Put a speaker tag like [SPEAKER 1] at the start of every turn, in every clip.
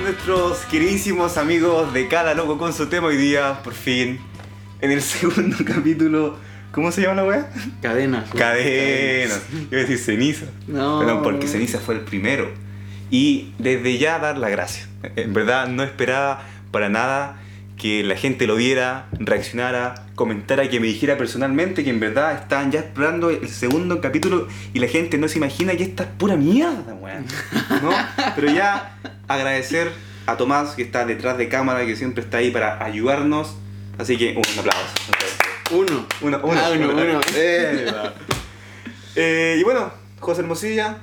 [SPEAKER 1] nuestros queridísimos amigos de Cada Loco con su tema hoy día, por fin, en el segundo capítulo. ¿Cómo se llama la weá?
[SPEAKER 2] Cadenas. güey.
[SPEAKER 1] Cadenas. Yo iba a decir ceniza.
[SPEAKER 2] No.
[SPEAKER 1] Perdón, porque ceniza fue el primero. Y desde ya dar la gracia. En verdad no esperaba para nada que la gente lo viera, reaccionara, comentara, que me dijera personalmente que en verdad estaban ya esperando el segundo capítulo y la gente no se imagina que esta es pura mierda, weón. ¿No? Pero ya agradecer a Tomás que está detrás de cámara, que siempre está ahí para ayudarnos. Así que un aplauso. Un aplauso.
[SPEAKER 2] Uno.
[SPEAKER 1] Una, una,
[SPEAKER 2] Ah, uno,
[SPEAKER 1] una.
[SPEAKER 2] uno.
[SPEAKER 1] Eh, va. Eh, y bueno, José Hermosilla,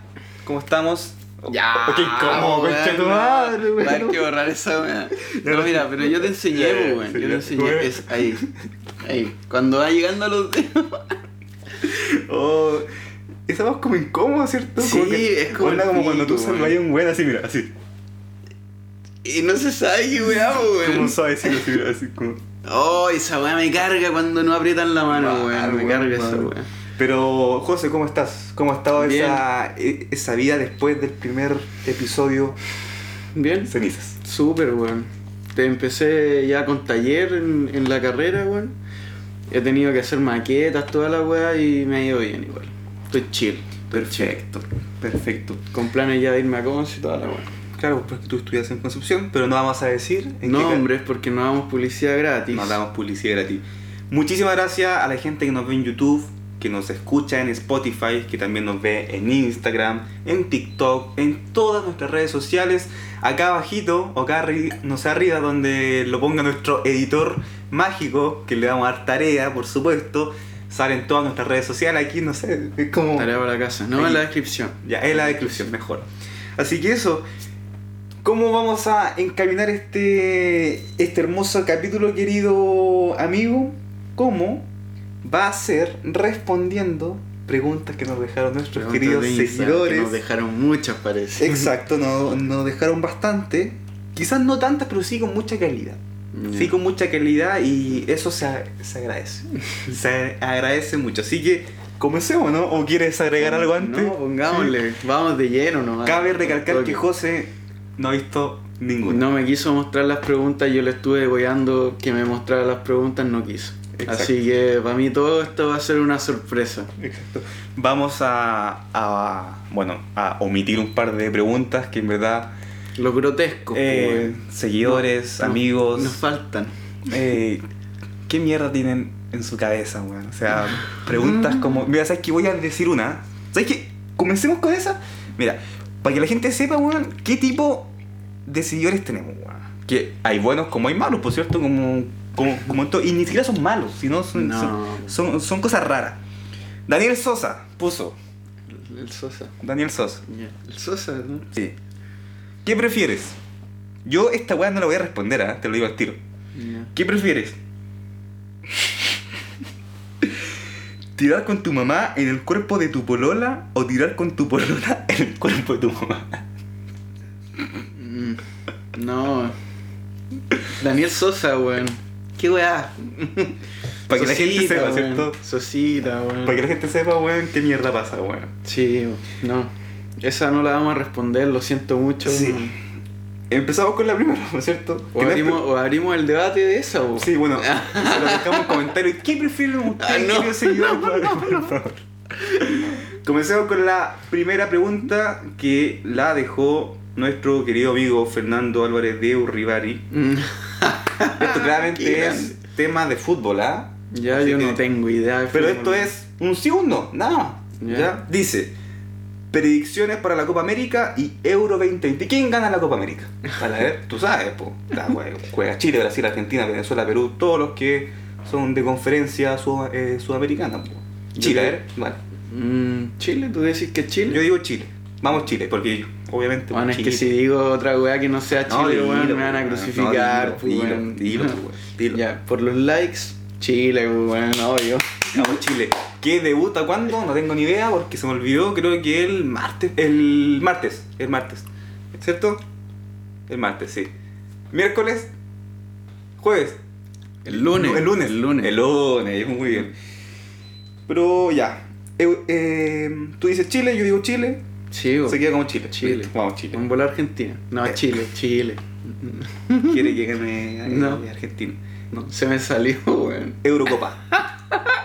[SPEAKER 1] ¿cómo estamos?
[SPEAKER 2] Ya.
[SPEAKER 1] Ok, ¿cómo,
[SPEAKER 2] weón,
[SPEAKER 1] concha tu
[SPEAKER 2] no.
[SPEAKER 1] madre, weón?
[SPEAKER 2] Va a haber que borrar esa weá. No, mira, pero yo te enseñé,
[SPEAKER 1] Eh,
[SPEAKER 2] weón. Yo te
[SPEAKER 1] señor, weón.
[SPEAKER 2] enseñé. Es ahí. Ahí. Cuando va llegando a los dedos.
[SPEAKER 1] Oh, esa voz como incómoda, ¿cierto?
[SPEAKER 2] Sí, es como
[SPEAKER 1] onda
[SPEAKER 2] el
[SPEAKER 1] como cuando tú
[SPEAKER 2] pico,
[SPEAKER 1] saludas a un güey así, mira, así.
[SPEAKER 2] Y no se sabe qué weá, po,
[SPEAKER 1] Como
[SPEAKER 2] weón.
[SPEAKER 1] suavecito, así, mira, así como.
[SPEAKER 2] Oh, esa weá me carga cuando no aprietan la mano,
[SPEAKER 1] Mal,
[SPEAKER 2] weón. Me
[SPEAKER 1] weón,
[SPEAKER 2] carga
[SPEAKER 1] mal.
[SPEAKER 2] esa weá.
[SPEAKER 1] Pero, José, ¿cómo estás? ¿Cómo ha estado
[SPEAKER 2] Bien.
[SPEAKER 1] esa, e- esa vida después del primer episodio
[SPEAKER 2] Bien.
[SPEAKER 1] Cenizas?
[SPEAKER 2] Súper, weón. Te empecé ya con taller en, en la carrera, weón. He tenido que hacer maquetas, toda la weá, y me ha ido bien igual. Estoy chill. estoy
[SPEAKER 1] Perfecto, perfecto.
[SPEAKER 2] chill. Con planes ya de irme a Conce y toda la weá.
[SPEAKER 1] Claro, porque tú estudias en Concepción, pero no vamos a decir en qué ca-
[SPEAKER 2] Nombres, porque no damos publicidad gratis.
[SPEAKER 1] Nos damos publicidad gratis. Muchísimas gracias a la gente que nos ve en YouTube, que nos escucha en Spotify, que también nos ve en Instagram, en TikTok, en todas nuestras redes sociales. Acá abajito, o acá arri- no sé, arriba, donde lo ponga nuestro editor mágico, que le vamos a dar tarea, por supuesto. Salen todas nuestras redes sociales aquí, no sé, es como...
[SPEAKER 2] Tarea para la casa, no
[SPEAKER 1] Ahí.
[SPEAKER 2] en la descripción.
[SPEAKER 1] Ya, es la descripción, mejor. Así que eso. ¿Cómo vamos a encaminar este, este hermoso capítulo, querido amigo? ¿Cómo va a ser respondiendo preguntas que nos dejaron nuestros
[SPEAKER 2] Preguntas
[SPEAKER 1] queridos
[SPEAKER 2] de Instagram, que
[SPEAKER 1] seguidores?
[SPEAKER 2] Nos dejaron muchas, parece.
[SPEAKER 1] Exacto, no- nos dejaron bastante. Quizás no tantas, pero sí con mucha calidad.
[SPEAKER 2] Ya.
[SPEAKER 1] Sí, con mucha calidad y eso se, a- se agradece. se agradece mucho. Así que comencemos, ¿no? ¿O quieres agregar algo antes?
[SPEAKER 2] No, pongámosle. Vamos de lleno nomás.
[SPEAKER 1] Cabe recalcar
[SPEAKER 2] Toque.
[SPEAKER 1] que José no ha visto ninguna.
[SPEAKER 2] No me quiso mostrar las preguntas, yo le estuve weando que me mostrara las preguntas, no quiso.
[SPEAKER 1] Exacto.
[SPEAKER 2] Así que para mí todo esto va a ser una sorpresa.
[SPEAKER 1] Exacto. Vamos a, a- bueno, a omitir un par de preguntas que en verdad
[SPEAKER 2] Lo grotesco. pues,
[SPEAKER 1] eh,
[SPEAKER 2] weón.
[SPEAKER 1] seguidores,
[SPEAKER 2] No, no,
[SPEAKER 1] amigos,
[SPEAKER 2] Nos faltan.
[SPEAKER 1] eh, ¿qué mierda tienen en su cabeza, weón? O sea, preguntas como, mira, sabes que voy a decir una. ¿Sabes qué? Comencemos con esa. Mira, para que la gente sepa, weón, qué tipo de seguidores tenemos, weón. Que hay buenos como hay malos, por cierto, como como, como en todo. y ni siquiera son malos, sino son,
[SPEAKER 2] No.
[SPEAKER 1] son, son- son cosas raras. Daniel Sosa puso.
[SPEAKER 2] El Sosa.
[SPEAKER 1] Daniel Sosa.
[SPEAKER 2] Ya, El Sosa, ¿no?
[SPEAKER 1] Sí. ¿Qué prefieres? Yo esta weá no la voy a responder, ¿ah? te lo digo al tiro.
[SPEAKER 2] Ya.
[SPEAKER 1] ¿Qué prefieres? ¿Tirar con tu mamá en el cuerpo de tu polola o tirar con tu polola en el cuerpo de tu mamá?
[SPEAKER 2] Mm, No. Daniel Sosa, weón. Qué weá.
[SPEAKER 1] Para que la gente
[SPEAKER 2] Sosita,
[SPEAKER 1] sepa,
[SPEAKER 2] weón.
[SPEAKER 1] ¿cierto?
[SPEAKER 2] Sosita, weón.
[SPEAKER 1] Para que la gente sepa, weón, qué mierda pasa, weón.
[SPEAKER 2] Sí, no. Esa no la vamos a responder, lo siento mucho. Mm.
[SPEAKER 1] Sí.
[SPEAKER 2] weón.
[SPEAKER 1] Empezamos con la primera, ¿no es cierto?
[SPEAKER 2] O
[SPEAKER 1] Que no es
[SPEAKER 2] abrimos, o abrimos el debate de esa,
[SPEAKER 1] pre-
[SPEAKER 2] o...
[SPEAKER 1] Sí, bueno, se lo dejamos en comentarios. ¿Qué prefieren ustedes,
[SPEAKER 2] Ah, no.
[SPEAKER 1] queridos seguidores? Por favor. Comencemos con la primera pregunta que la dejó nuestro querido amigo Fernando Álvarez de Urribari.
[SPEAKER 2] Mm,
[SPEAKER 1] Esto
[SPEAKER 2] Ah, Qué
[SPEAKER 1] claramente es tema de fútbol, ¿ah?
[SPEAKER 2] Ya
[SPEAKER 1] Así
[SPEAKER 2] yo
[SPEAKER 1] que-
[SPEAKER 2] no tengo idea. de
[SPEAKER 1] Pero esto
[SPEAKER 2] fútbol.
[SPEAKER 1] es un sí un no, nada más.
[SPEAKER 2] Ya.
[SPEAKER 1] ¿ya? Dice, predicciones para la Copa América y Euro 2020. ¿Quién gana la Copa América? Para ver, tú sabes, po. La jue- Juega Chile, Brasil, Argentina, Venezuela, Perú, todos los que son de conferencia sud- eh, sudamericana, po.
[SPEAKER 2] Yo
[SPEAKER 1] Chile, a
[SPEAKER 2] creo-
[SPEAKER 1] ver, vale.
[SPEAKER 2] Mm, Chile, tú decís que es Chile.
[SPEAKER 1] Yo digo Chile. Vamos Chile, porque obviamente
[SPEAKER 2] Bueno, es
[SPEAKER 1] Chile.
[SPEAKER 2] que si digo otra weá que no sea Chile,
[SPEAKER 1] No, dilo,
[SPEAKER 2] weón, me van a
[SPEAKER 1] weón, no,
[SPEAKER 2] crucificar. pues,
[SPEAKER 1] dilo,
[SPEAKER 2] weón.
[SPEAKER 1] dilo, dilo, weón, dilo.
[SPEAKER 2] Ya, por los likes, Chile, weón, obvio.
[SPEAKER 1] Vamos Chile. ¿Qué debuta cuándo? No tengo ni idea porque se me olvidó, creo que el martes. El martes, el martes. ¿Cierto? El martes, sí. Miércoles, jueves.
[SPEAKER 2] El lunes.
[SPEAKER 1] No, el lunes.
[SPEAKER 2] El lunes.
[SPEAKER 1] El lunes, muy bien. Pero ya. Eu- eh, tú dices Chile, yo digo Chile.
[SPEAKER 2] Sí, weón.
[SPEAKER 1] Se queda como Chile.
[SPEAKER 2] Chile.
[SPEAKER 1] Listo, Vamos, Chile.
[SPEAKER 2] Un bola Argentina. No,
[SPEAKER 1] Eh.
[SPEAKER 2] Chile, Chile.
[SPEAKER 1] Quiere que gane eh,
[SPEAKER 2] No.
[SPEAKER 1] Argentina. No.
[SPEAKER 2] Se me salió, weón.
[SPEAKER 1] Eurocopa.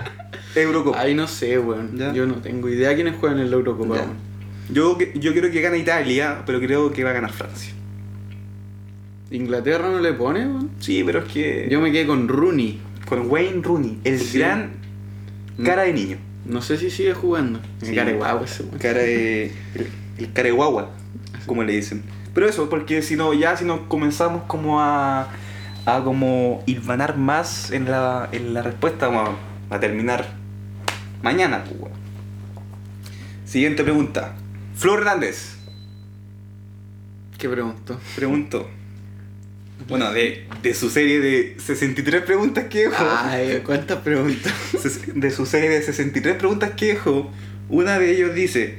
[SPEAKER 1] Eurocopa.
[SPEAKER 2] Ahí no sé, weón.
[SPEAKER 1] Ya.
[SPEAKER 2] Yo no tengo idea quiénes juegan en la Eurocopa,
[SPEAKER 1] Ya.
[SPEAKER 2] weón.
[SPEAKER 1] Yo, que- yo creo que gana Italia, pero creo que va a ganar Francia.
[SPEAKER 2] Inglaterra no le pone, weón.
[SPEAKER 1] Sí, pero es que.
[SPEAKER 2] Yo me quedé con Rooney.
[SPEAKER 1] Con Wayne Rooney, el
[SPEAKER 2] Sí.
[SPEAKER 1] gran
[SPEAKER 2] Mm.
[SPEAKER 1] cara de niño.
[SPEAKER 2] No sé si sigue jugando.
[SPEAKER 1] Sí.
[SPEAKER 2] Cara de guapo ese, weón.
[SPEAKER 1] Cara de. El, el cara de guagua, como le dicen. Pero eso, porque si no, ya si nos comenzamos como a. a como hilvanar más en la, en la respuesta, vamos a, a terminar mañana, pues, weón. Siguiente pregunta. Flor Hernández,
[SPEAKER 2] ¿Qué pregunto?
[SPEAKER 1] preguntó. Bueno, de, de su serie de 63 preguntas que dejó.
[SPEAKER 2] Ay, ¿cuántas preguntas?
[SPEAKER 1] ses- de su serie de 63 preguntas que dejó, una de ellos dice,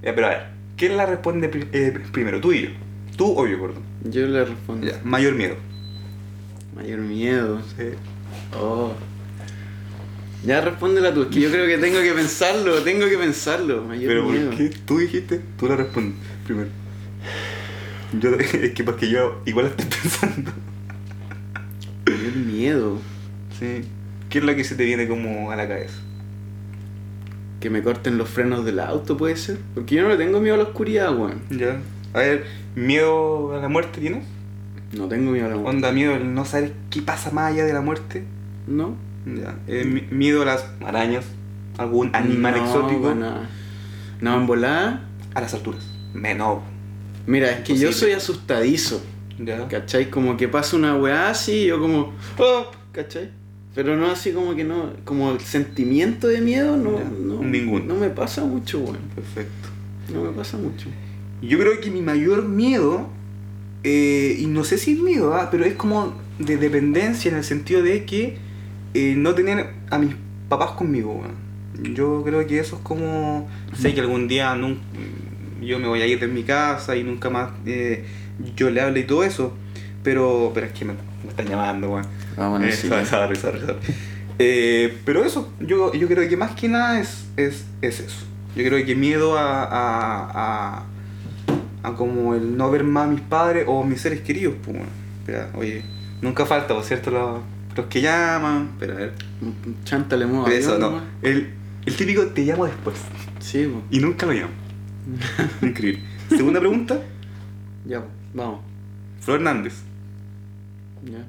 [SPEAKER 1] ya, pero a ver, ¿quién la responde pri- eh, primero? ¿Tú y yo? ¿Tú o yo, perdón?
[SPEAKER 2] Yo le respondo.
[SPEAKER 1] Ya, mayor miedo.
[SPEAKER 2] Mayor miedo. Oh. Ya respóndela tú, es que yo creo que tengo que pensarlo, tengo que pensarlo. Mayor
[SPEAKER 1] pero
[SPEAKER 2] miedo.
[SPEAKER 1] ¿por qué tú dijiste? Tú la respondes primero. Yo, es que porque yo igual estoy pensando.
[SPEAKER 2] Mayor miedo.
[SPEAKER 1] Sí. ¿Qué es lo que se te viene como a la cabeza?
[SPEAKER 2] Que me corten los frenos del auto, puede ser. Porque yo no le tengo miedo a la oscuridad, weón.
[SPEAKER 1] Ya. A ver, ¿miedo a la muerte tienes?
[SPEAKER 2] No tengo miedo a la muerte.
[SPEAKER 1] ¿Onda miedo el no saber qué pasa más allá de la muerte?
[SPEAKER 2] ¿No?
[SPEAKER 1] Ya. Eh, mi- miedo a las arañas, algún animal
[SPEAKER 2] No,
[SPEAKER 1] exótico,
[SPEAKER 2] weón, No, no en volada.
[SPEAKER 1] a las alturas. Menos.
[SPEAKER 2] Mira, es que yo
[SPEAKER 1] Imposible.
[SPEAKER 2] soy asustadizo.
[SPEAKER 1] Ya.
[SPEAKER 2] ¿Cachai? Como que pasa una weá así y yo como. "Ah", ¿Cachai? Pero no así como que no. Como el sentimiento de miedo no.
[SPEAKER 1] Ya,
[SPEAKER 2] no
[SPEAKER 1] ninguno.
[SPEAKER 2] No me pasa mucho, weón.
[SPEAKER 1] Perfecto.
[SPEAKER 2] No me pasa mucho.
[SPEAKER 1] Yo creo que mi mayor miedo, eh, y no sé si es miedo, ah, pero es como de dependencia en el sentido de que eh, no tener a mis papás conmigo. weón. Yo creo que eso es como... Sé que algún día nun- yo me voy a ir de mi casa y nunca más eh, yo le hable y todo eso, pero, pero es que me, me están llamando, weón.
[SPEAKER 2] Ah, bueno,
[SPEAKER 1] Eh,
[SPEAKER 2] sí.
[SPEAKER 1] sorry, sorry, sorry, sorry. Eh, pero eso, yo, yo creo que más que nada es, es, es eso. Yo creo que miedo a, a, a, a como el no ver más a mis padres o mis seres queridos. Pues bueno, espera, oye, nunca falta, por cierto, los, los que llaman. Pero a ver,
[SPEAKER 2] Chántale modo
[SPEAKER 1] eso
[SPEAKER 2] avión
[SPEAKER 1] no.
[SPEAKER 2] nomás.
[SPEAKER 1] El, el típico te llamo después
[SPEAKER 2] Sí, po.
[SPEAKER 1] y nunca lo llamo. Increíble. Segunda pregunta,
[SPEAKER 2] Ya, po. vamos.
[SPEAKER 1] Flor Hernández.
[SPEAKER 2] Ya.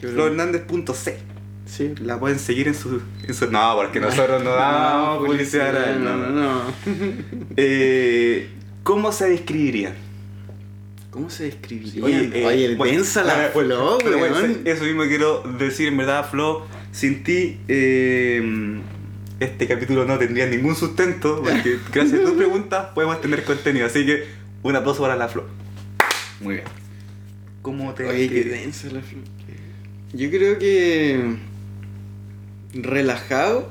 [SPEAKER 2] ¿Qué
[SPEAKER 1] Flor
[SPEAKER 2] pregunta?
[SPEAKER 1] Hernández.c.
[SPEAKER 2] Sí.
[SPEAKER 1] La pueden seguir en su, en su- No, porque nosotros no damos Ah, publicidad. a-
[SPEAKER 2] No, no, no.
[SPEAKER 1] Eh, ¿Cómo se describiría?
[SPEAKER 2] ¿Cómo se describiría?
[SPEAKER 1] eh, bueno,
[SPEAKER 2] densa la
[SPEAKER 1] ahora,
[SPEAKER 2] Flo,
[SPEAKER 1] pero bueno,
[SPEAKER 2] weón.
[SPEAKER 1] Eso mismo quiero decir, en verdad, Flo, sin ti eh, este capítulo no tendría ningún sustento, porque gracias a tus preguntas podemos tener contenido. Así que un aplauso para la Flo. Muy bien. ¿Cómo te
[SPEAKER 2] Oye, qué
[SPEAKER 1] describirías?
[SPEAKER 2] densa la Flo. Yo creo que. relajado,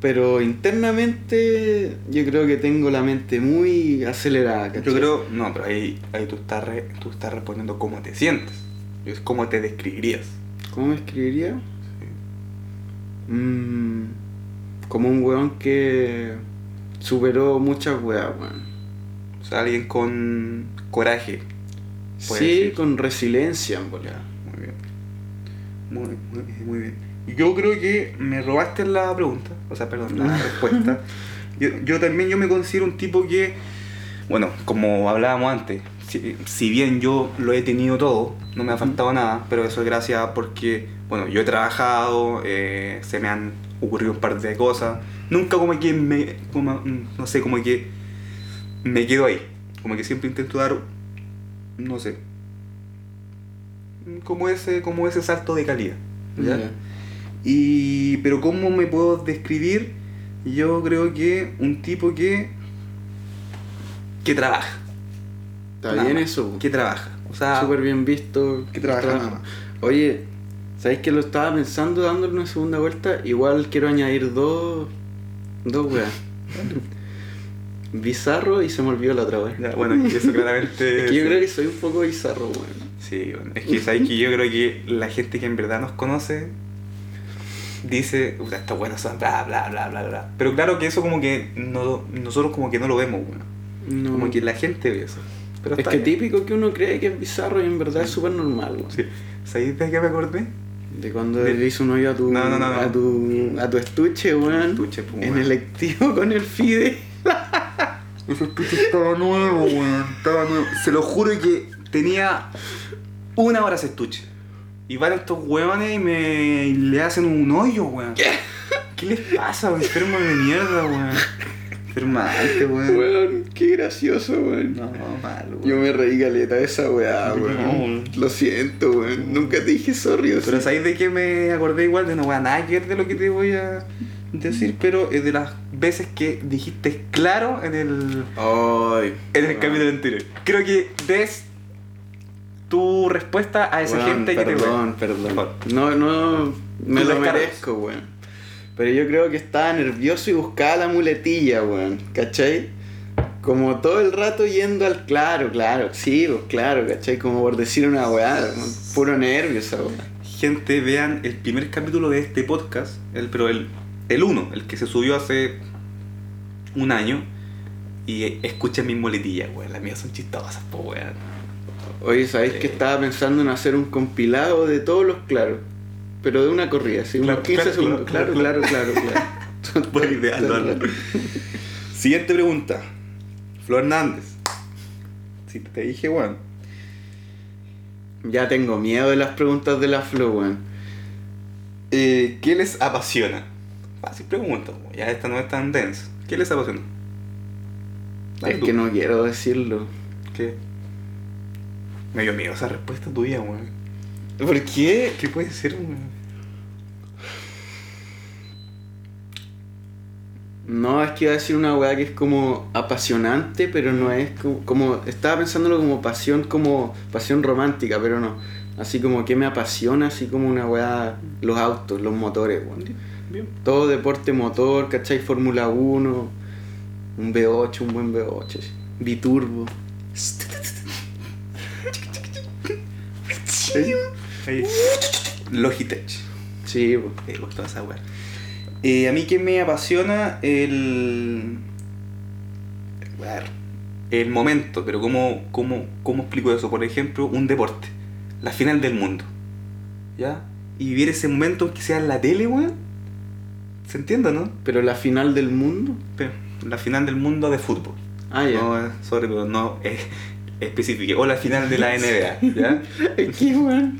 [SPEAKER 2] pero internamente yo creo que tengo la mente muy acelerada, ¿cachai?
[SPEAKER 1] Yo creo, no, pero ahí, ahí tú, estás re- tú estás respondiendo cómo te sientes. Es cómo te describirías.
[SPEAKER 2] ¿Cómo me escribiría? Mm, como un weón que superó muchas weas, weón.
[SPEAKER 1] O sea, alguien con coraje, Puede
[SPEAKER 2] sí,
[SPEAKER 1] decir.
[SPEAKER 2] con resiliencia, en
[SPEAKER 1] Ya,
[SPEAKER 2] volea.
[SPEAKER 1] muy bien. Muy, muy, muy bien. Yo creo que me robaste la pregunta, o sea, perdón, la respuesta. Yo, yo también yo me considero un tipo que, bueno, como hablábamos antes, si, si bien yo lo he tenido todo, no me ha faltado nada, pero eso es gracias porque, bueno, yo he trabajado, eh, se me han ocurrido un par de cosas, nunca como que me, como, mm, no sé, como que me quedo ahí, como que siempre intento dar, no sé, como ese, como ese salto de calidad. ¿ya?
[SPEAKER 2] Ya.
[SPEAKER 1] Y, pero ¿cómo me puedo describir? Yo creo que un tipo que... que trabaja.
[SPEAKER 2] Está
[SPEAKER 1] Nada
[SPEAKER 2] bien
[SPEAKER 1] más.
[SPEAKER 2] eso, weón.
[SPEAKER 1] Que trabaja. O sea...
[SPEAKER 2] súper bien visto.
[SPEAKER 1] Que trabaja
[SPEAKER 2] Está-
[SPEAKER 1] nada más.
[SPEAKER 2] Oye, ¿sabéis que lo estaba pensando dándole una segunda vuelta? Igual quiero añadir dos. dos weas. bizarro y se me olvidó la otra vez.
[SPEAKER 1] ya, bueno, y eso claramente...
[SPEAKER 2] Es que yo
[SPEAKER 1] sí.
[SPEAKER 2] creo que soy un poco bizarro, weón.
[SPEAKER 1] Sí, bueno, es que sabes que yo creo que la gente que en verdad nos conoce dice, puta, estas buenas son bla, bla, bla, bla, bla. Pero claro que eso como que no, nosotros como que no lo vemos, weón.
[SPEAKER 2] No.
[SPEAKER 1] Como que la gente ve eso. Pero
[SPEAKER 2] Mm. es
[SPEAKER 1] está
[SPEAKER 2] que
[SPEAKER 1] bien.
[SPEAKER 2] típico que uno cree que es bizarro y en verdad es súper normal, weón.
[SPEAKER 1] Sí. ¿Sabéis de qué me acordé?
[SPEAKER 2] De cuando
[SPEAKER 1] De-
[SPEAKER 2] le hizo un hoyo a tu,
[SPEAKER 1] No, no, no, no.
[SPEAKER 2] A tu, a tu estuche, weón.
[SPEAKER 1] Estuche, pues,
[SPEAKER 2] En
[SPEAKER 1] weón.
[SPEAKER 2] el lectivo con el Fide.
[SPEAKER 1] Ese estuche estaba nuevo, weón. Estaba nuevo. Se lo juro que tenía una hora ese estuche. Y van estos huevones y me y le hacen un hoyo, weón. ¿Qué? les pasa, weón? Enfermo de mierda, weón. Enfermante, weón.
[SPEAKER 2] Weón, qué gracioso, weón.
[SPEAKER 1] No, mal,
[SPEAKER 2] Yo
[SPEAKER 1] weón.
[SPEAKER 2] me reí caleta de esa weá,
[SPEAKER 1] No,
[SPEAKER 2] weón.
[SPEAKER 1] weón.
[SPEAKER 2] Lo siento, weón. Nunca te dije sorry, o
[SPEAKER 1] Pero
[SPEAKER 2] sea.
[SPEAKER 1] ¿sabéis de qué me acordé igual? De no weón, nada que ver de lo que te voy a decir, pero es de las veces que dijiste claro en el.
[SPEAKER 2] Ay.
[SPEAKER 1] En el
[SPEAKER 2] weón.
[SPEAKER 1] capítulo anterior. Creo que des tu respuesta a esa
[SPEAKER 2] Weón,
[SPEAKER 1] gente que te
[SPEAKER 2] perdón,
[SPEAKER 1] Por
[SPEAKER 2] Perdón,
[SPEAKER 1] favor.
[SPEAKER 2] No, no, me
[SPEAKER 1] Tú
[SPEAKER 2] lo
[SPEAKER 1] descargas.
[SPEAKER 2] merezco, weón. Pero yo creo que estaba nervioso y buscaba la muletilla, weón. ¿Cachai? Como todo el rato yendo al claro, claro, sí, pues, claro, ¿cachai? Como por decir una weá, weón. puro nervio esa weá.
[SPEAKER 1] Gente, vean el primer capítulo de este podcast, el, pero el, el uno, el que se subió hace un año. Y escuchen mis moletillas, weón. Las mías son chistosas, po, weón.
[SPEAKER 2] Oye, ¿sabéis que
[SPEAKER 1] Eh.
[SPEAKER 2] estaba pensando en hacer un compilado de todos los claros? Pero de una corrida, así, unos
[SPEAKER 1] Claro,
[SPEAKER 2] 15
[SPEAKER 1] claro,
[SPEAKER 2] segundos.
[SPEAKER 1] claro,
[SPEAKER 2] Claro, claro, claro, claro.
[SPEAKER 1] Buena idea,
[SPEAKER 2] Todo
[SPEAKER 1] lo
[SPEAKER 2] el
[SPEAKER 1] armo.
[SPEAKER 2] rato.
[SPEAKER 1] Siguiente pregunta. Flor Hernández. Si te dije, weón.
[SPEAKER 2] Ya tengo miedo de las preguntas de la Flo, weón.
[SPEAKER 1] eh, ¿Qué les apasiona? Fácil pregunta, weón. Ya esta no es tan densa. ¿Qué les apasiona? Dale
[SPEAKER 2] Es
[SPEAKER 1] tú.
[SPEAKER 2] que no quiero decirlo.
[SPEAKER 1] ¿Qué? Me dio miedo esa respuesta tuya, weón.
[SPEAKER 2] ¿Por qué?
[SPEAKER 1] ¿Qué puede ser, weón?
[SPEAKER 2] No, es que iba a decir una weá que es como apasionante, pero no es como, como- Estaba pensándolo como pasión, como pasión romántica, pero no. Así como que me apasiona, así como una weá. Los autos, los motores, weón.
[SPEAKER 1] Bien.
[SPEAKER 2] Todo deporte motor, ¿cachai? Fórmula 1, un V8, un buen V8, así. biturbo. Sí,
[SPEAKER 1] Ahí. Logitech.
[SPEAKER 2] sí po.
[SPEAKER 1] Me gustó esa weá. Eh, a mí que me apasiona el. Bueno, el momento, pero ¿cómo, cómo, ¿cómo explico eso? Por ejemplo, un deporte. La final del mundo. ¿Ya? Y vivir ese momento, aunque sea en la tele, weón. ¿Se entiende, no?
[SPEAKER 2] Pero la final del mundo.
[SPEAKER 1] Pero La final del mundo de fútbol.
[SPEAKER 2] Ah, ya.
[SPEAKER 1] No, eh, sorry, pero no es específico. O la final de la NBA, ¿ya?
[SPEAKER 2] ¿Qué, weón?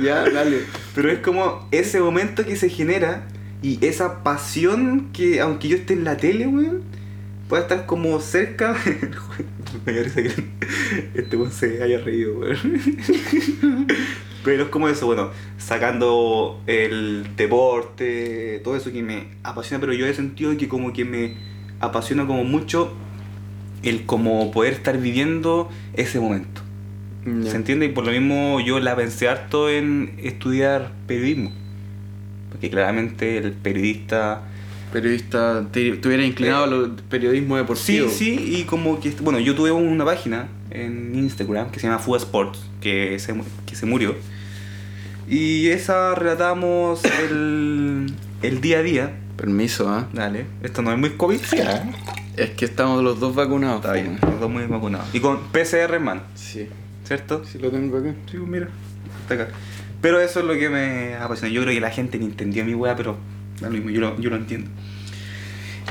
[SPEAKER 2] ya, dale.
[SPEAKER 1] Pero es como ese momento que se genera y esa pasión que, aunque yo esté en la tele, weón, pueda estar como cerca. Me da risa que este weón se haya reído, weón. Pero es como eso, bueno, sacando el deporte, todo eso que me apasiona, pero yo he sentido que como que me apasiona como mucho el como poder estar viviendo ese momento.
[SPEAKER 2] Ya.
[SPEAKER 1] ¿Se entiende? Y por lo mismo yo la pensé harto en estudiar periodismo. Porque claramente el periodista...
[SPEAKER 2] Periodista, te, te hubiera inclinado a lo Eh. periodismo
[SPEAKER 1] Sí,
[SPEAKER 2] deportivo.
[SPEAKER 1] sí, y como que... Bueno, yo tuve una página en Instagram que se llama Fuga Sports, que se, mu- que se murió. Y esa relatamos el, el día a día.
[SPEAKER 2] Permiso, ¿ah?
[SPEAKER 1] Dale, esto no es muy COVID.
[SPEAKER 2] Es que estamos los dos vacunados.
[SPEAKER 1] Está bien,
[SPEAKER 2] po.
[SPEAKER 1] los dos muy vacunados. Y con PCR, man,
[SPEAKER 2] Sí.
[SPEAKER 1] ¿cierto?
[SPEAKER 2] Sí, lo tengo acá.
[SPEAKER 1] Sí, pues, mira, está acá. Pero eso es lo que me apasiona. Yo creo que la gente ni entendió mi weá, pero da lo mismo, yo lo, yo lo entiendo.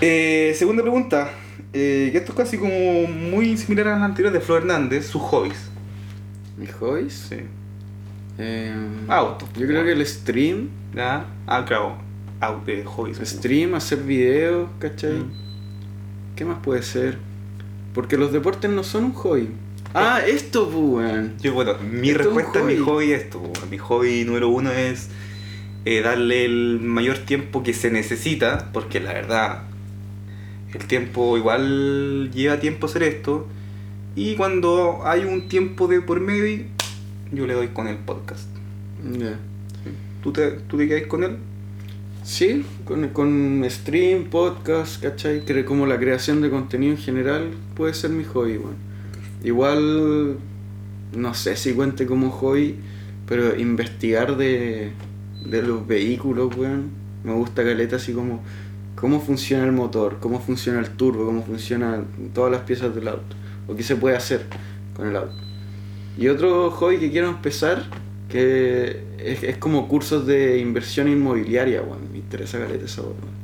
[SPEAKER 1] Eh, segunda pregunta, eh, que esto es casi como muy similar a la anterior de Flo Hernández, sus hobbies.
[SPEAKER 2] ¿Mis hobbies? Eh,
[SPEAKER 1] Auto.
[SPEAKER 2] Yo creo que el stream.
[SPEAKER 1] ¿Ya? Ah, claro, au- eh, hobbies.
[SPEAKER 2] Stream, hacer videos, ¿cachai?
[SPEAKER 1] Mm.
[SPEAKER 2] ¿Qué más puede ser? Porque los deportes no son un hobby. Ah, esto, pues, weón.
[SPEAKER 1] Yo, bueno, mi
[SPEAKER 2] Esto es un
[SPEAKER 1] respuesta a mi
[SPEAKER 2] hobby.
[SPEAKER 1] hobby es esto. weón. Mi hobby número uno es eh, darle el mayor tiempo que se necesita, porque la verdad, el tiempo igual lleva tiempo hacer esto. Y cuando hay un tiempo de por medio, yo le doy con el podcast.
[SPEAKER 2] Ya.
[SPEAKER 1] ¿Tú te, tú te quedas con él?
[SPEAKER 2] Sí, con, con stream, podcast, ¿cachai? Cre- como la creación de contenido en general puede ser mi hobby, weón. Igual, no sé si cuente como hobby, Pero investigar de, de los vehículos, weón, me gusta caleta así como cómo funciona el motor, cómo funciona el turbo, cómo funcionan todas las piezas del auto, o qué se puede hacer con el auto. Y otro hobby que quiero empezar, que es, es como cursos de inversión inmobiliaria, weón, me interesa caleta esa weón.
[SPEAKER 1] Mm.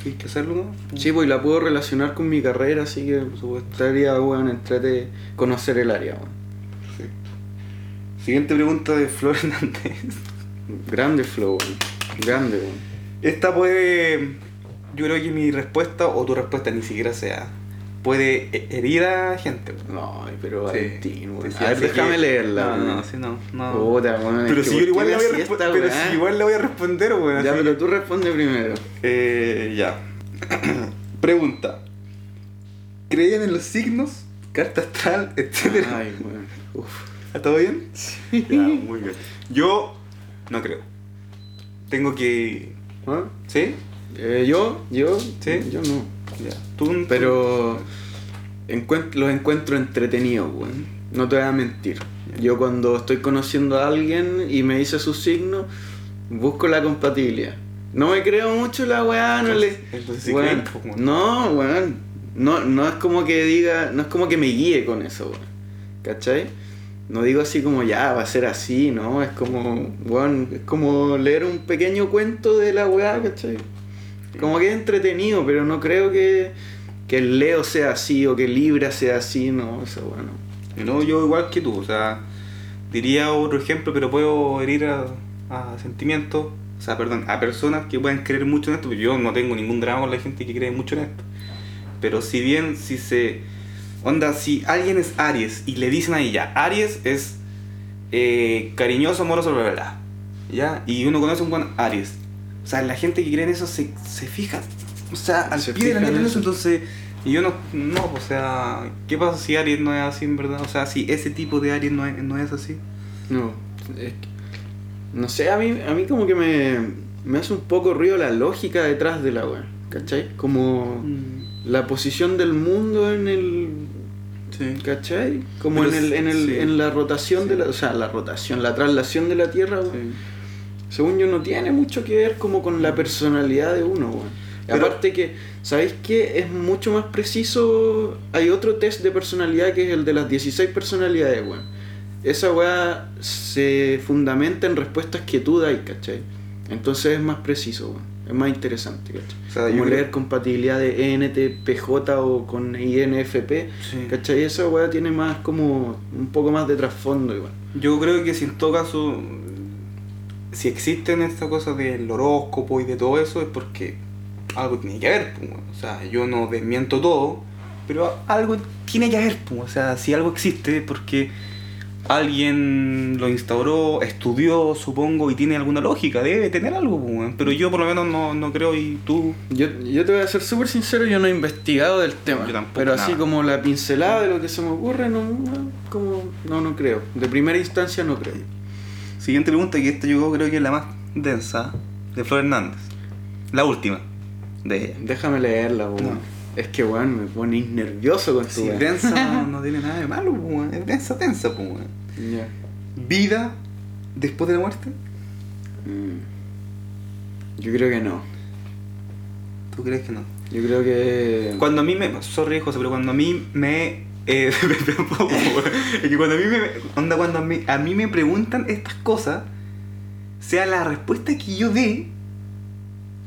[SPEAKER 1] ¿Tienes que hacerlo, no?
[SPEAKER 2] Sí, pues y la puedo relacionar con mi carrera, así que por supuesto, estaría, weón, entrete conocer el área, weón.
[SPEAKER 1] Perfecto. Siguiente pregunta de Flor Hernández.
[SPEAKER 2] Grande flow, weón. Grande, weón.
[SPEAKER 1] Esta puede. Yo creo que mi respuesta o tu respuesta ni siquiera sea. Puede he- herir a gente. weón.
[SPEAKER 2] No, pero
[SPEAKER 1] Sí.
[SPEAKER 2] Valentín, weón.
[SPEAKER 1] Sí, sí,
[SPEAKER 2] a ver,
[SPEAKER 1] así
[SPEAKER 2] déjame
[SPEAKER 1] que-
[SPEAKER 2] leerla.
[SPEAKER 1] No,
[SPEAKER 2] weón.
[SPEAKER 1] no, sí, no. no.
[SPEAKER 2] Puta, weón, es
[SPEAKER 1] pero
[SPEAKER 2] que
[SPEAKER 1] si
[SPEAKER 2] ¿por
[SPEAKER 1] yo
[SPEAKER 2] qué
[SPEAKER 1] igual
[SPEAKER 2] me
[SPEAKER 1] la voy a
[SPEAKER 2] hacía
[SPEAKER 1] respo-
[SPEAKER 2] esta
[SPEAKER 1] pero
[SPEAKER 2] weá?
[SPEAKER 1] si igual la voy a responder, weón.
[SPEAKER 2] Ya,
[SPEAKER 1] así
[SPEAKER 2] pero tú responde primero.
[SPEAKER 1] Eh, ya. Pregunta. ¿Creían en los signos? Carta astral, etcétera.
[SPEAKER 2] Ay, weón. Uf.
[SPEAKER 1] ¿Todo bien?
[SPEAKER 3] Ya, muy bien. Yo no creo.
[SPEAKER 1] Tengo que.
[SPEAKER 2] ¿Ah?
[SPEAKER 1] ¿Sí?
[SPEAKER 2] Eh, yo, yo,
[SPEAKER 1] Sí.
[SPEAKER 2] yo no.
[SPEAKER 1] Ya. Tú,
[SPEAKER 2] Pero encuent- los encuentro entretenidos, weón. No te voy a mentir. Yo cuando estoy conociendo a alguien y me dice su signo, busco la compatibilidad. No me creo mucho la weá, no le...
[SPEAKER 1] Entonces sí
[SPEAKER 2] Weón,
[SPEAKER 1] creen, pues, weón.
[SPEAKER 2] no, weón. No, no es como que diga, no es como que me guíe con eso, weón. ¿Cachai? No digo así como ya, va a ser así, ¿no? Es como, weón, es como leer un pequeño cuento de la weá, ¿cachai? Como que es entretenido, pero no creo que, que el Leo sea así o que Libra sea así, no, eso bueno.
[SPEAKER 1] No, yo igual que tú, o sea, diría otro ejemplo, pero puedo herir a, a sentimientos, o sea, perdón, a personas que pueden creer mucho en esto, porque yo no tengo ningún drama con la gente que cree mucho en esto. Pero si bien, si se. Onda, si alguien es Aries y le dicen ahí ya, Aries es eh, cariñoso, amoroso, bla, bla, bla, ¿ya? Y uno conoce a un buen Aries. O sea, la gente que cree en eso se, se fija, o sea, al
[SPEAKER 2] Se
[SPEAKER 1] pie de la
[SPEAKER 2] fija en
[SPEAKER 1] letra en eso,
[SPEAKER 2] eso.
[SPEAKER 1] entonces. Y yo no, no, o sea, ¿qué pasa si Aries no es así en verdad? O sea, si ese tipo de Aries no es, no es así.
[SPEAKER 2] No, es que- no sé, a mí, a mí como que me, me hace un poco ruido la lógica detrás de la weá, ¿cachai? Como la posición del mundo en el...
[SPEAKER 1] Sí.
[SPEAKER 2] ¿Cachai? Como
[SPEAKER 1] Pero
[SPEAKER 2] en, el, en, el,
[SPEAKER 1] sí.
[SPEAKER 2] en la rotación
[SPEAKER 1] Sí.
[SPEAKER 2] de la... O sea, la rotación, la traslación de la Tierra, weón. según yo no tiene mucho que ver como con la personalidad de uno, weón. Y
[SPEAKER 1] Pero-
[SPEAKER 2] Aparte que, ¿sabéis qué? Es mucho más preciso. Hay otro test de personalidad que es el de las 16 personalidades, weón. Esa weá se fundamenta en respuestas que tú dais, ¿cachai? Entonces es más preciso, weón. Es más interesante, ¿cachai?
[SPEAKER 1] O sea, yo
[SPEAKER 2] como
[SPEAKER 1] creo-
[SPEAKER 2] leer compatibilidad de ENTPJ o con INFP,
[SPEAKER 1] Sí.
[SPEAKER 2] ¿cachai? Esa weá tiene más como un poco más de trasfondo igual.
[SPEAKER 1] Yo creo que si en todo caso, si existen estas cosas del horóscopo y de todo eso, es porque algo tiene que haber. pues, bueno. O sea, yo no desmiento todo, pero algo tiene que haber. pues. O sea, si algo existe es porque alguien lo instauró, estudió, supongo, y tiene alguna lógica. Debe tener algo, pues, bueno. pero yo por lo menos no, no creo y tú...
[SPEAKER 2] Yo, yo te voy a ser súper sincero, yo no he investigado del tema.
[SPEAKER 1] Yo tampoco,
[SPEAKER 2] pero así
[SPEAKER 1] nada.
[SPEAKER 2] como la pincelada de lo que se me ocurre, no, no, como, no, no creo. De primera instancia no creo.
[SPEAKER 1] Siguiente pregunta, que esta yo creo que es la más densa, de Flor Hernández. La última de ella.
[SPEAKER 2] Déjame leerla, po,
[SPEAKER 1] No.
[SPEAKER 2] weón. Es que, weón, me pones nervioso con tu
[SPEAKER 1] Si
[SPEAKER 2] weón.
[SPEAKER 1] densa no, no tiene nada de malo, po, weón. es densa, densa, po, weón.
[SPEAKER 2] Ya.
[SPEAKER 1] ¿Vida después de la muerte?
[SPEAKER 2] Mm. Yo creo que no.
[SPEAKER 1] ¿Tú crees que no?
[SPEAKER 2] Yo creo que...
[SPEAKER 1] Cuando a mí me. Sorry, José, pero cuando a mí me. eh, tampoco, weón. es que cuando a mí me. Onda, cuando a mí, a mí me preguntan estas cosas, sea la respuesta que yo dé,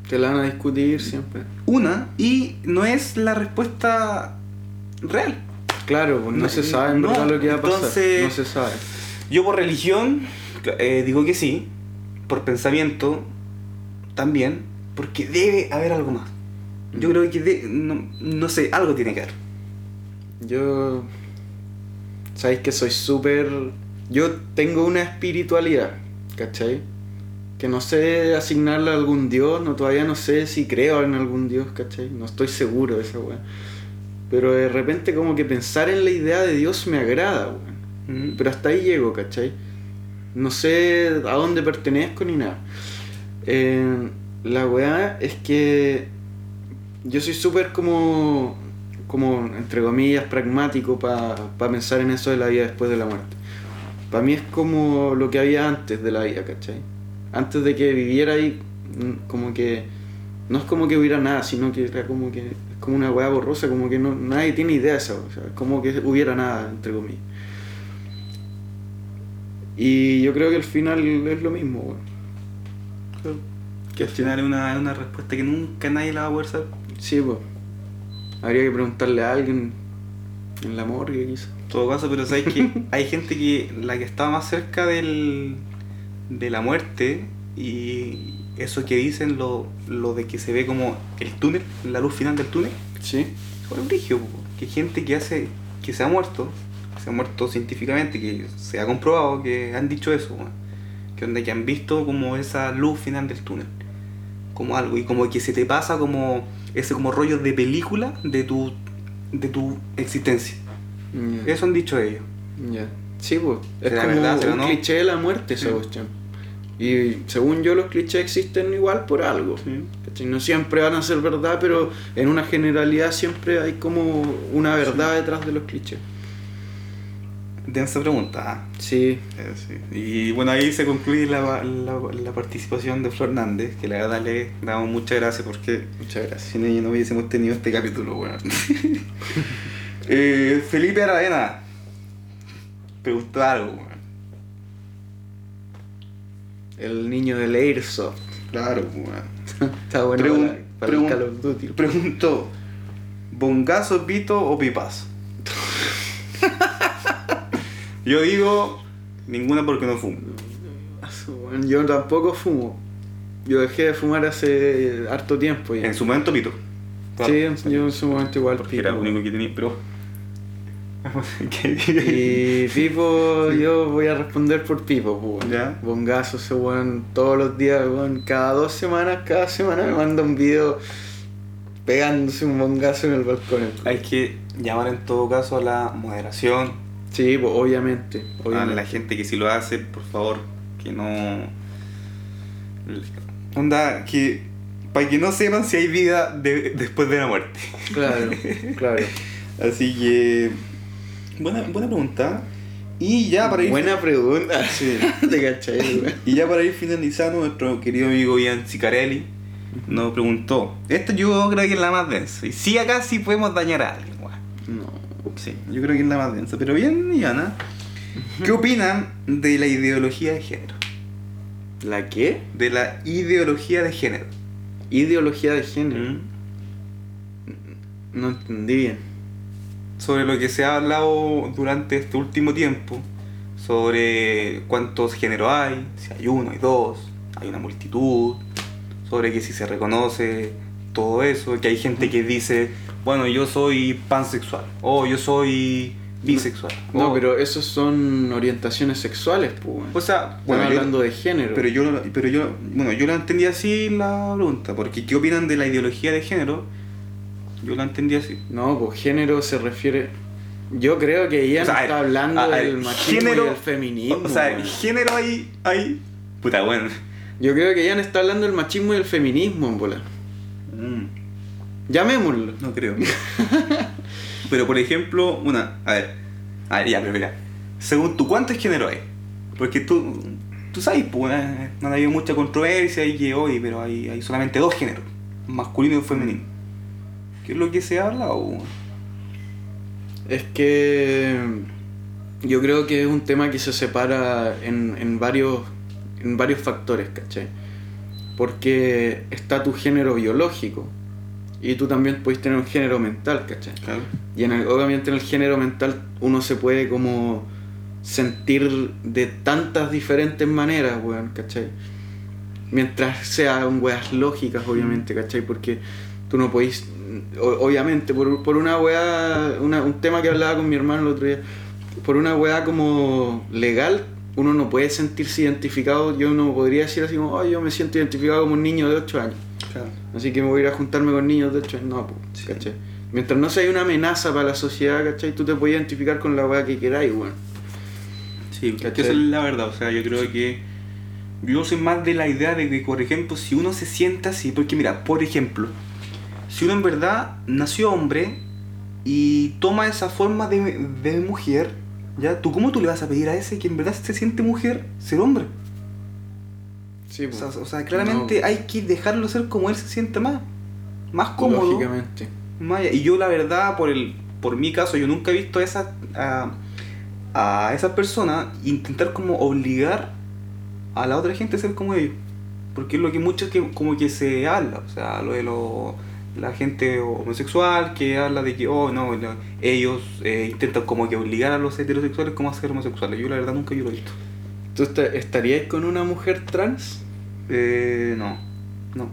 [SPEAKER 2] Te la van a discutir siempre.
[SPEAKER 1] una, y no es la respuesta real.
[SPEAKER 2] Claro, pues no,
[SPEAKER 1] No,
[SPEAKER 2] se sabe en
[SPEAKER 1] no,
[SPEAKER 2] verdad lo que va a pasar.
[SPEAKER 1] entonces-
[SPEAKER 2] No se sabe.
[SPEAKER 1] Yo por religión eh, digo que sí, por pensamiento también, porque debe haber algo más. Yo creo que de- no, no sé, algo tiene que haber.
[SPEAKER 2] Yo. Sabéis que soy súper. Yo tengo una espiritualidad, ¿cachai? Que no sé asignarle a algún dios, no todavía no sé si creo en algún dios, ¿cachai? No estoy seguro de esa weá. Pero de repente, como que pensar en la idea de Dios me agrada, weón. Mm, Pero hasta ahí llego, ¿cachai? No sé a dónde pertenezco ni nada. Eh, la weá es que yo soy súper como, como, entre comillas, pragmático para pensar en eso de la vida después de la muerte. Para mí es como lo que había antes de la vida, ¿cachai? Antes de que viviera ahí, mm, como que. No es como que hubiera nada, sino que era como que. Es como una weá borrosa, como que no, nadie tiene idea de esa weá, o sea, es como que hubiera nada, entre comillas. Y yo creo que el final es lo mismo, weón.
[SPEAKER 1] Que al final es una, es una respuesta que nunca nadie la va a poder saber.
[SPEAKER 2] Sí, pues. Habría que preguntarle a alguien en la morgue, quizá.
[SPEAKER 1] En todo caso, pero sabes que hay gente que la que está más cerca del, de la muerte y eso que dicen, lo, lo de que se ve como el túnel, la luz final del túnel,
[SPEAKER 2] Sí.
[SPEAKER 1] es un brígido, po. que gente que hace, que se ha muerto, que se ha muerto científicamente, que se ha comprobado, que han dicho eso, weón. que onda, que han visto como esa luz final del túnel, como algo, y como que se te pasa como ese como rollo de película de tu, de tu existencia.
[SPEAKER 2] Ya.
[SPEAKER 1] Eso han dicho ellos.
[SPEAKER 2] ya. Sí, pues. Es
[SPEAKER 1] ¿Será
[SPEAKER 2] como
[SPEAKER 1] verdad, será
[SPEAKER 2] un
[SPEAKER 1] no?
[SPEAKER 2] cliché de la muerte esa
[SPEAKER 1] Sí.
[SPEAKER 2] cuestión. Y según yo, los clichés existen igual por algo. ¿cachai? No siempre van a ser verdad, pero en una generalidad siempre hay como una verdad detrás de los clichés.
[SPEAKER 1] Densa pregunta.
[SPEAKER 2] Sí.
[SPEAKER 1] ¿ah? Y bueno, ahí se concluye la, la, la participación de Flor Hernández, que la verdad le damos muchas gracias porque
[SPEAKER 2] Muchas gracias.
[SPEAKER 1] sin ella no hubiésemos tenido este capítulo, bueno. Eh, Felipe Aravena preguntó algo, weón.
[SPEAKER 2] El niño del Airsoft.
[SPEAKER 1] Claro, weón.
[SPEAKER 2] Está bueno
[SPEAKER 1] Pregun-
[SPEAKER 2] para, para el
[SPEAKER 1] pregun-
[SPEAKER 2] Call of Duty.
[SPEAKER 1] Preguntó, ¿bongazo, pito o pipas? Yo digo, ninguna porque no fumo.
[SPEAKER 2] Bueno, Yo tampoco fumo. Yo dejé de fumar hace harto tiempo ya.
[SPEAKER 1] En su momento, pito. Claro.
[SPEAKER 2] sí, yo en su momento igual
[SPEAKER 1] Porque era
[SPEAKER 2] pipo.
[SPEAKER 1] lo único que tenía, pero.
[SPEAKER 2] Y Pipo, yo voy a responder por Pipo, pues, weón.
[SPEAKER 1] Ya.
[SPEAKER 2] Bongazo ese weón todos los días, weón. Cada dos semanas, cada semana me manda un video pegándose un bongazo en el balcón.
[SPEAKER 1] Hay que llamar en todo caso a la moderación,
[SPEAKER 2] Sí, pues, obviamente.
[SPEAKER 1] a la
[SPEAKER 2] obviamente.
[SPEAKER 1] gente que si lo hace, por favor, que no. Onda, que. Para que no sepan si hay vida de- después de la muerte.
[SPEAKER 2] Claro, claro.
[SPEAKER 1] Así que. Buena, buena pregunta. Y ya para ir.
[SPEAKER 2] Buena pregunta.
[SPEAKER 1] Sí.
[SPEAKER 2] Te cachai, weón.
[SPEAKER 1] Y ya para ir finalizando, nuestro querido amigo Ian Cicarelli nos preguntó. Esto yo creo que es la más densa. Y si acá sí podemos dañar a alguien, weón.
[SPEAKER 2] No.
[SPEAKER 1] Sí, yo creo que es la más densa. Pero bien, Iana, ¿qué opinan de la ideología de género?
[SPEAKER 2] ¿La qué?
[SPEAKER 1] De la ideología de género.
[SPEAKER 2] Ideología de
[SPEAKER 1] Mm.
[SPEAKER 2] género. No entendí bien.
[SPEAKER 1] Sobre lo que se ha hablado durante este último tiempo, sobre cuántos géneros hay, si hay uno, hay dos, hay una multitud, sobre que si se reconoce todo eso, que hay gente
[SPEAKER 2] Mm.
[SPEAKER 1] que dice, bueno, yo soy pansexual, o yo soy bisexual.
[SPEAKER 2] No,
[SPEAKER 1] o-
[SPEAKER 2] pero esos son orientaciones sexuales, pues. weón.
[SPEAKER 1] O sea,
[SPEAKER 2] Están
[SPEAKER 1] yo-
[SPEAKER 2] hablando de género.
[SPEAKER 1] Pero yo, no- pero yo, bueno, yo la entendí así la pregunta, porque ¿qué opinan de la ideología de género? Yo la entendí así.
[SPEAKER 2] No, pues género se refiere. Yo creo que ella
[SPEAKER 1] O sea,
[SPEAKER 2] no
[SPEAKER 1] a
[SPEAKER 2] está
[SPEAKER 1] ver,
[SPEAKER 2] hablando
[SPEAKER 1] a ver,
[SPEAKER 2] del machismo
[SPEAKER 1] género-
[SPEAKER 2] y del feminismo.
[SPEAKER 1] o sea,
[SPEAKER 2] weón.
[SPEAKER 1] género ahí, ahí, puta, bueno.
[SPEAKER 2] Yo creo que ella no está hablando del machismo y del feminismo, en bola.
[SPEAKER 1] Mm,
[SPEAKER 2] Llamémoslo.
[SPEAKER 1] no creo. pero por ejemplo, una, a ver, a ver, ya, pero mira, según tú, ¿cuántos géneros hay? Porque tú, tú sabes, pues, eh, no ha habido mucha controversia y que hoy, pero hay, hay solamente dos géneros, masculino y femenino. ¿Qué es lo que se habla o...?
[SPEAKER 2] Es que mm, yo creo que es un tema que se separa en, en varios, en varios factores, ¿cachai? Porque está tu género biológico y tú también puedes tener un género mental, ¿cachai?
[SPEAKER 1] Claro.
[SPEAKER 2] Y en el, obviamente en el género mental uno se puede como sentir de tantas diferentes maneras, weón, ¿cachai? Mientras sean weas lógicas, obviamente, ¿cachai? Porque tú no podís, o- obviamente, por, por una wea, una- un tema que hablaba con mi hermano el otro día, por una wea como legal, uno no puede sentirse identificado, yo no podría decir así como, oh, yo me siento identificado como un niño de 8 años.
[SPEAKER 1] Claro.
[SPEAKER 2] Así que me voy a ir a juntarme con niños, de hecho, no, po, ¿cachai? Mientras no sea una amenaza para la sociedad, ¿cachai? Tú te puedes identificar con la weá que queráis, weón.
[SPEAKER 1] Sí, que
[SPEAKER 2] ¿Cachai?
[SPEAKER 1] esa es la verdad, o sea, yo creo que yo soy más de la idea de que, por ejemplo, si uno se sienta así, porque mira, por ejemplo, si uno en verdad nació hombre y toma esa forma de, de mujer, ¿Ya? ¿Tú cómo tú le vas a pedir a ese que en verdad se siente mujer ser hombre?
[SPEAKER 2] Sí,
[SPEAKER 1] O
[SPEAKER 2] pues,
[SPEAKER 1] sea, o sea, claramente
[SPEAKER 2] No.
[SPEAKER 1] hay que dejarlo ser como él se siente más. Más cómodo.
[SPEAKER 2] lógicamente.
[SPEAKER 1] Más allá. Y yo la verdad, por el por mi caso, yo nunca he visto a esa, a, a esa persona intentar como obligar a la otra gente a ser como ellos. Porque es lo que mucho que como que se habla, o sea, lo de lo- la gente homosexual que habla de que, oh, no, no, ellos eh, intentan como que obligar a los heterosexuales como a ser homosexuales. Yo la verdad nunca yo lo he visto.
[SPEAKER 2] ¿Tú esta- estarías con una mujer trans?
[SPEAKER 1] Eh, no, no.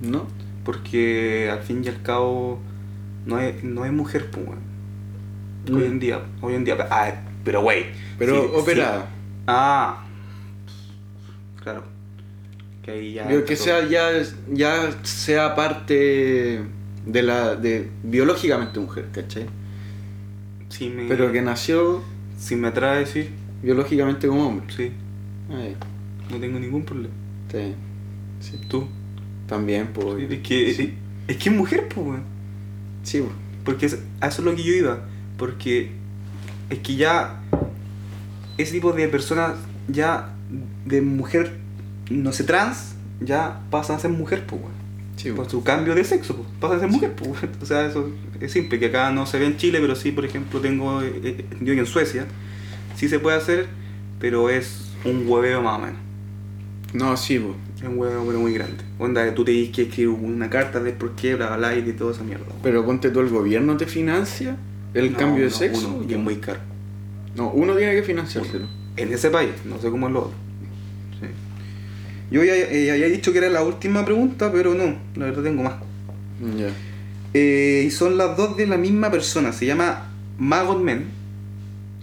[SPEAKER 2] ¿No?
[SPEAKER 1] Porque al fin y al cabo no es, no es mujer, pues, weón.
[SPEAKER 2] Mm.
[SPEAKER 1] Hoy en día, hoy en día. Ah, pero güey.
[SPEAKER 2] Pero
[SPEAKER 1] sí,
[SPEAKER 2] operada.
[SPEAKER 1] sí. Ah. Claro. Que ahí ya.
[SPEAKER 2] Digo, que
[SPEAKER 1] todo.
[SPEAKER 2] sea ya, ya sea parte de la de biológicamente mujer, ¿cachai?
[SPEAKER 1] Mm. Si me,
[SPEAKER 2] Pero que nació
[SPEAKER 1] si me atrae, sí.
[SPEAKER 2] biológicamente como hombre.
[SPEAKER 1] Sí.
[SPEAKER 2] Ay,
[SPEAKER 1] No tengo ningún problema.
[SPEAKER 2] sí.
[SPEAKER 1] Tú.
[SPEAKER 2] También, pues.
[SPEAKER 1] Es que,
[SPEAKER 2] sí.
[SPEAKER 1] es que es mujer, pues, weón.
[SPEAKER 2] Sí, pues.
[SPEAKER 1] Porque es- a eso es lo que yo iba. Porque es que ya ese tipo de personas, ya de mujer, no sé, trans, ya pasan a ser mujer, pues, weón.
[SPEAKER 2] Sí,
[SPEAKER 1] Por
[SPEAKER 2] pues.
[SPEAKER 1] su cambio de sexo, pues, pasan a ser mujer, pues, weón. O sea, eso es simple. Que acá no se ve en Chile, pero sí, por ejemplo, tengo eh, eh, yo que en Suecia. Sí se puede hacer, pero es un hueveo más o menos.
[SPEAKER 2] No, sí, pues.
[SPEAKER 1] Es un hueveo, pero muy grande. Onda, tú te dices que escribir una carta de por qué, bla, bla, bla, y de toda esa mierda. weón.
[SPEAKER 2] Pero ponte tú, el gobierno te financia el
[SPEAKER 1] No,
[SPEAKER 2] cambio de
[SPEAKER 1] no,
[SPEAKER 2] sexo.
[SPEAKER 1] uno, y es muy caro.
[SPEAKER 2] No, uno tiene que financiárselo.
[SPEAKER 1] en ese país, no sé cómo es lo otro. Sí. Yo ya, eh, había dicho que era la última pregunta, pero no, la verdad tengo más.
[SPEAKER 2] Ya.
[SPEAKER 1] Eh, y son las dos de la misma persona, se llama Magot Men.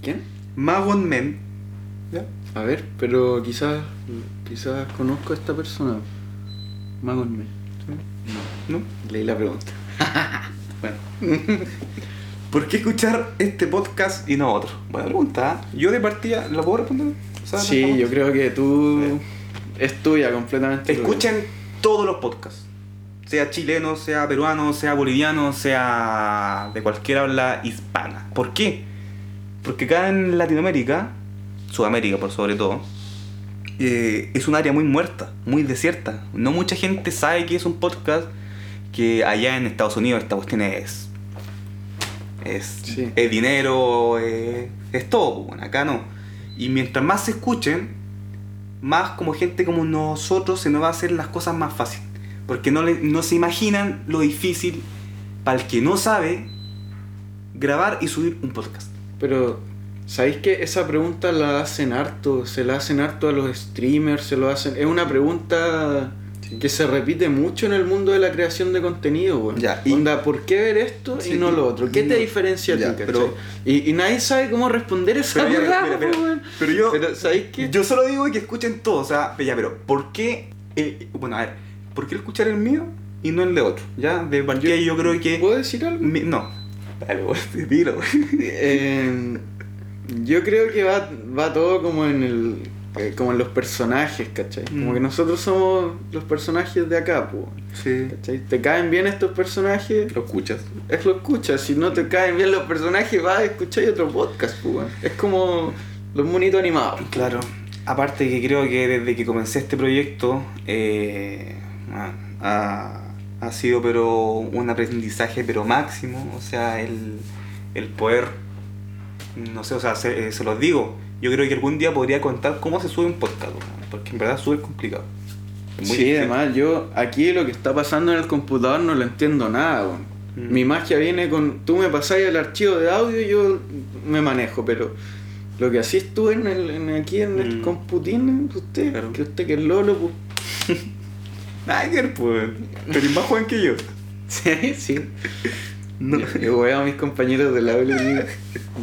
[SPEAKER 2] ¿Quién?
[SPEAKER 1] Magot Men. ¿Ya?
[SPEAKER 2] A ver, pero quizás quizás conozco a esta persona. Mágonme.
[SPEAKER 1] ¿No?
[SPEAKER 2] Leí la pregunta.
[SPEAKER 1] Bueno. ¿Por qué escuchar este podcast y no otro? Buena pregunta. ¿eh? Yo de partida, ¿la puedo responder? ¿Sabes?
[SPEAKER 2] Sí, yo creo que tú es tuya completamente.
[SPEAKER 1] Escuchen todos los podcasts. Sea chileno, sea peruano, sea boliviano, sea de cualquier habla hispana. ¿Por qué? Porque acá en Latinoamérica, Sudamérica por sobre todo, eh, es un área muy muerta, muy desierta. No mucha gente sabe que es un podcast que allá en Estados Unidos esta cuestión es... Es,
[SPEAKER 2] Sí.
[SPEAKER 1] es dinero, eh, es todo. Bueno, acá no. Y mientras más se escuchen, más como gente como nosotros se nos va a hacer las cosas más fácil. Porque no, le- no se imaginan lo difícil para el que no sabe grabar y subir un podcast.
[SPEAKER 2] Pero, ¿sabéis que esa pregunta la hacen harto? Se la hacen harto a los streamers, se lo hacen. Es una pregunta que se repite mucho en el mundo de la creación de contenido, güey.
[SPEAKER 1] Ya, y-
[SPEAKER 2] Onda, ¿por qué ver esto y
[SPEAKER 1] Sí,
[SPEAKER 2] no
[SPEAKER 1] y-
[SPEAKER 2] lo otro? ¿Qué
[SPEAKER 1] y
[SPEAKER 2] te
[SPEAKER 1] no-
[SPEAKER 2] diferencia a ti,
[SPEAKER 1] ya,
[SPEAKER 2] cachai?
[SPEAKER 1] pero-
[SPEAKER 2] y, y nadie sabe cómo responder esa
[SPEAKER 1] Pero ya,
[SPEAKER 2] pregunta,
[SPEAKER 1] mira, mira, pero yo-
[SPEAKER 2] Pero, ¿sabéis qué?
[SPEAKER 1] Yo solo digo que escuchen todo, o sea, ya, pero ¿por qué? eh, bueno, a ver, ¿por qué escuchar el mío y no el de otro? Ya, de partida yo, creo que...
[SPEAKER 2] ¿Puedo decir algo?
[SPEAKER 1] mi- no. Dale, vos, te tiro.
[SPEAKER 2] Eh, yo creo que va, va todo como en el eh, como en los personajes, ¿cachai? Como
[SPEAKER 1] Mm.
[SPEAKER 2] que nosotros somos los personajes de acá, pues,
[SPEAKER 1] Sí.
[SPEAKER 2] ¿cachai? ¿Te caen bien estos personajes?
[SPEAKER 1] Lo escuchas.
[SPEAKER 2] Es lo escuchas, si no te caen bien los personajes, vas a escuchar otro podcast, pues. weón. Es como los monitos animados.
[SPEAKER 1] Claro, aparte que creo que desde que comencé este proyecto eh, ah, ha, ha sido pero un aprendizaje pero máximo, o sea, el, el poder, no sé, o sea, se, eh, se los digo, yo creo que algún día podría contar cómo se sube un podcast, weón, porque en verdad es súper complicado. Es muy
[SPEAKER 2] sí,
[SPEAKER 1] difícil.
[SPEAKER 2] además yo aquí lo que está pasando en el computador no lo entiendo nada, weón.
[SPEAKER 1] Mm.
[SPEAKER 2] Mi magia viene con. Tú me pasáis el archivo de audio y yo me manejo, pero lo que hacís tú en el, en- aquí en el
[SPEAKER 1] Mm.
[SPEAKER 2] computín, usted,
[SPEAKER 1] Claro.
[SPEAKER 2] que usted que es Lolo, pues.
[SPEAKER 1] Ay, pues, pero es más joven que yo.
[SPEAKER 2] Sí, sí.
[SPEAKER 1] No.
[SPEAKER 2] Yo, yo voy a mis compañeros del aula y digo,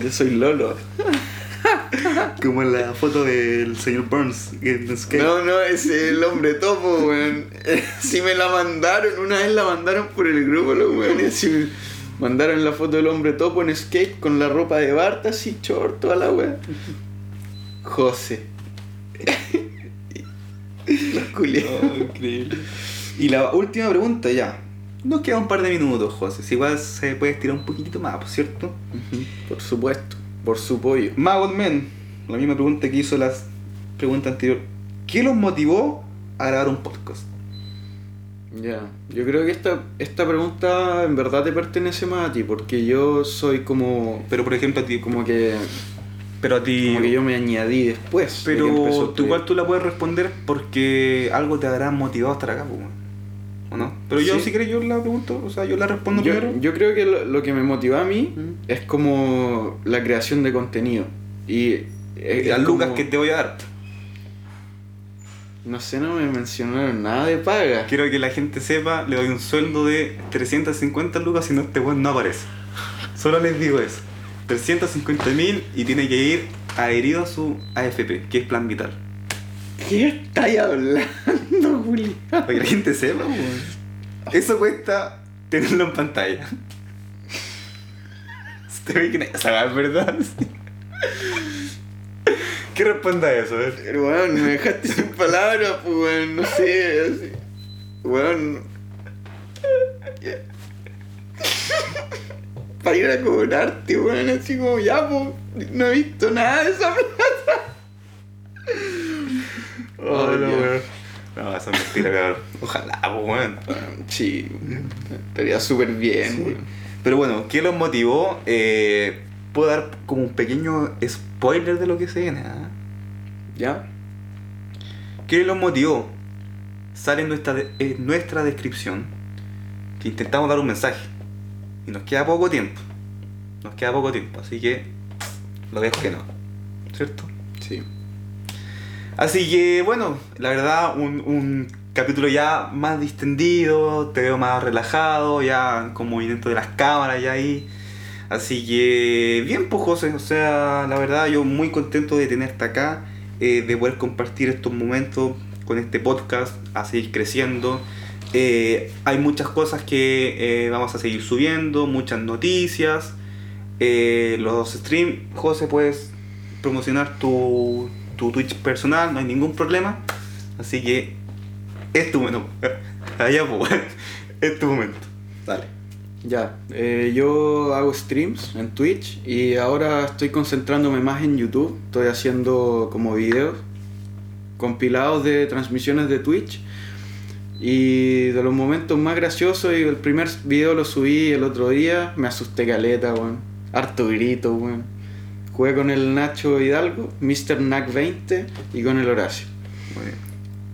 [SPEAKER 2] yo soy Lolo.
[SPEAKER 1] Como en la foto del señor Burns en Escape.
[SPEAKER 2] No, no, es el hombre topo, weón. Si me la mandaron, una vez la mandaron por el grupo, los weones. Si me mandaron la foto del hombre topo en skate con la ropa de Bart, así, short, toda la weá. José. Los culiados.
[SPEAKER 1] Oh, increíble. Y la última pregunta ya. Nos queda un par de minutos, José. Si igual se puede estirar un poquitito más, por cierto.
[SPEAKER 2] Por supuesto. por su pollo.
[SPEAKER 1] Magot Men, la misma pregunta que hizo las preguntas anterior. ¿Qué los motivó a grabar un podcast?
[SPEAKER 2] Ya, yo creo que esta, esta pregunta en verdad te pertenece más a ti, porque yo soy como,
[SPEAKER 1] Pero por ejemplo a ti, como,
[SPEAKER 2] como que,
[SPEAKER 1] pero a ti,
[SPEAKER 2] como que yo me añadí después. de que empezó
[SPEAKER 1] pero
[SPEAKER 2] el
[SPEAKER 1] tú igual
[SPEAKER 2] proyecto.
[SPEAKER 1] tú la puedes responder porque algo te habrá motivado a estar acá, pues, weón. ¿o no? Pero yo
[SPEAKER 2] Sí.
[SPEAKER 1] si quieres yo la pregunto, o sea, yo la respondo
[SPEAKER 2] yo,
[SPEAKER 1] primero.
[SPEAKER 2] yo creo que lo, lo que me motivó a mí
[SPEAKER 1] Mm.
[SPEAKER 2] es como la creación de contenido. Y es- es
[SPEAKER 1] Eh, las
[SPEAKER 2] como-
[SPEAKER 1] lucas que te voy a dar.
[SPEAKER 2] No sé, no me mencionaron nada de paga.
[SPEAKER 1] Quiero que la gente sepa, le doy un sueldo de 350 lucas si no este weón no aparece. Solo les digo eso. 350 mil y tiene que ir adherido a su AFP, que es plan vital.
[SPEAKER 2] ¿Qué estáis hablando, Julián?
[SPEAKER 1] Para que la gente sepa, weón. Eso cuesta tenerlo en pantalla. ¿Te ve que nadie sabe, verdad? ¿Qué responda a eso? A ver.
[SPEAKER 2] Pero, weón, me dejaste sin palabras, pues, weón, no sé. así. Weón. Para ir a cobrarte, weón, así como ya, pues, no he visto nada de esa plata.
[SPEAKER 1] Oh, no,
[SPEAKER 2] Ya.
[SPEAKER 1] weón. No, eso es mentira, cabrón. Ojalá, pues, weón.
[SPEAKER 2] Sí, estaría súper bien,
[SPEAKER 1] Sí.
[SPEAKER 2] weón.
[SPEAKER 1] Pero bueno, ¿qué los motivó? Eh, puedo dar como un pequeño spoiler de lo que se viene. ¿ah?
[SPEAKER 2] ¿Ya?
[SPEAKER 1] ¿Qué los motivó? Sale en nuestra, de- en nuestra descripción que intentamos dar un mensaje. Y nos queda poco tiempo. Nos queda poco tiempo, así que lo dejo que no. ¿Cierto?
[SPEAKER 2] Sí.
[SPEAKER 1] Así que bueno, la verdad, un, un capítulo ya más distendido, te veo más relajado, ya con movimiento de las cámaras ya ahí. Así que bien, pues José, o sea, la verdad yo muy contento de tenerte acá, eh, de poder compartir estos momentos con este podcast, a seguir creciendo. Eh, hay muchas cosas que eh, vamos a seguir subiendo, muchas noticias, eh, los streams. José, pues, puedes promocionar tu, tu Twitch personal, no hay ningún problema. Así que es tu momento. Allá, pues, es tu momento. Dale.
[SPEAKER 2] Ya, eh, yo hago streams en Twitch y ahora estoy concentrándome más en YouTube. Estoy haciendo como videos compilados de transmisiones de Twitch y de los momentos más graciosos. y el primer video lo subí el otro día, me asusté caleta, weón. Harto grito, weón. Jugué con el Nacho Hidalgo, Mr. Knack 20 y con el Horacio.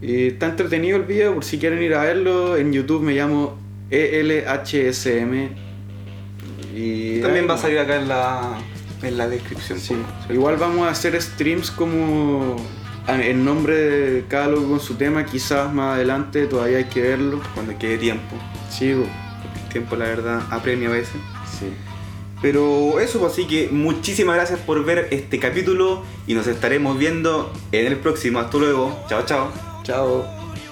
[SPEAKER 2] Y está entretenido el video, por si quieren ir a verlo, en YouTube me llamo E ELHSM. Y
[SPEAKER 1] También
[SPEAKER 2] ahí,
[SPEAKER 1] va a salir acá en la, en la descripción.
[SPEAKER 2] Sí.
[SPEAKER 1] pues.
[SPEAKER 2] Igual vamos a hacer streams como a- en nombre de cada loco con su tema, quizás más adelante todavía hay que verlo.
[SPEAKER 1] Cuando quede tiempo.
[SPEAKER 2] Sí, pues. bo.
[SPEAKER 1] Porque el tiempo, la verdad, apremia a veces.
[SPEAKER 2] sí.
[SPEAKER 1] Pero eso, pues, así que muchísimas gracias por ver este capítulo y nos estaremos viendo en el próximo. Hasta luego. Chao, chao.
[SPEAKER 2] Chao.
[SPEAKER 4] 「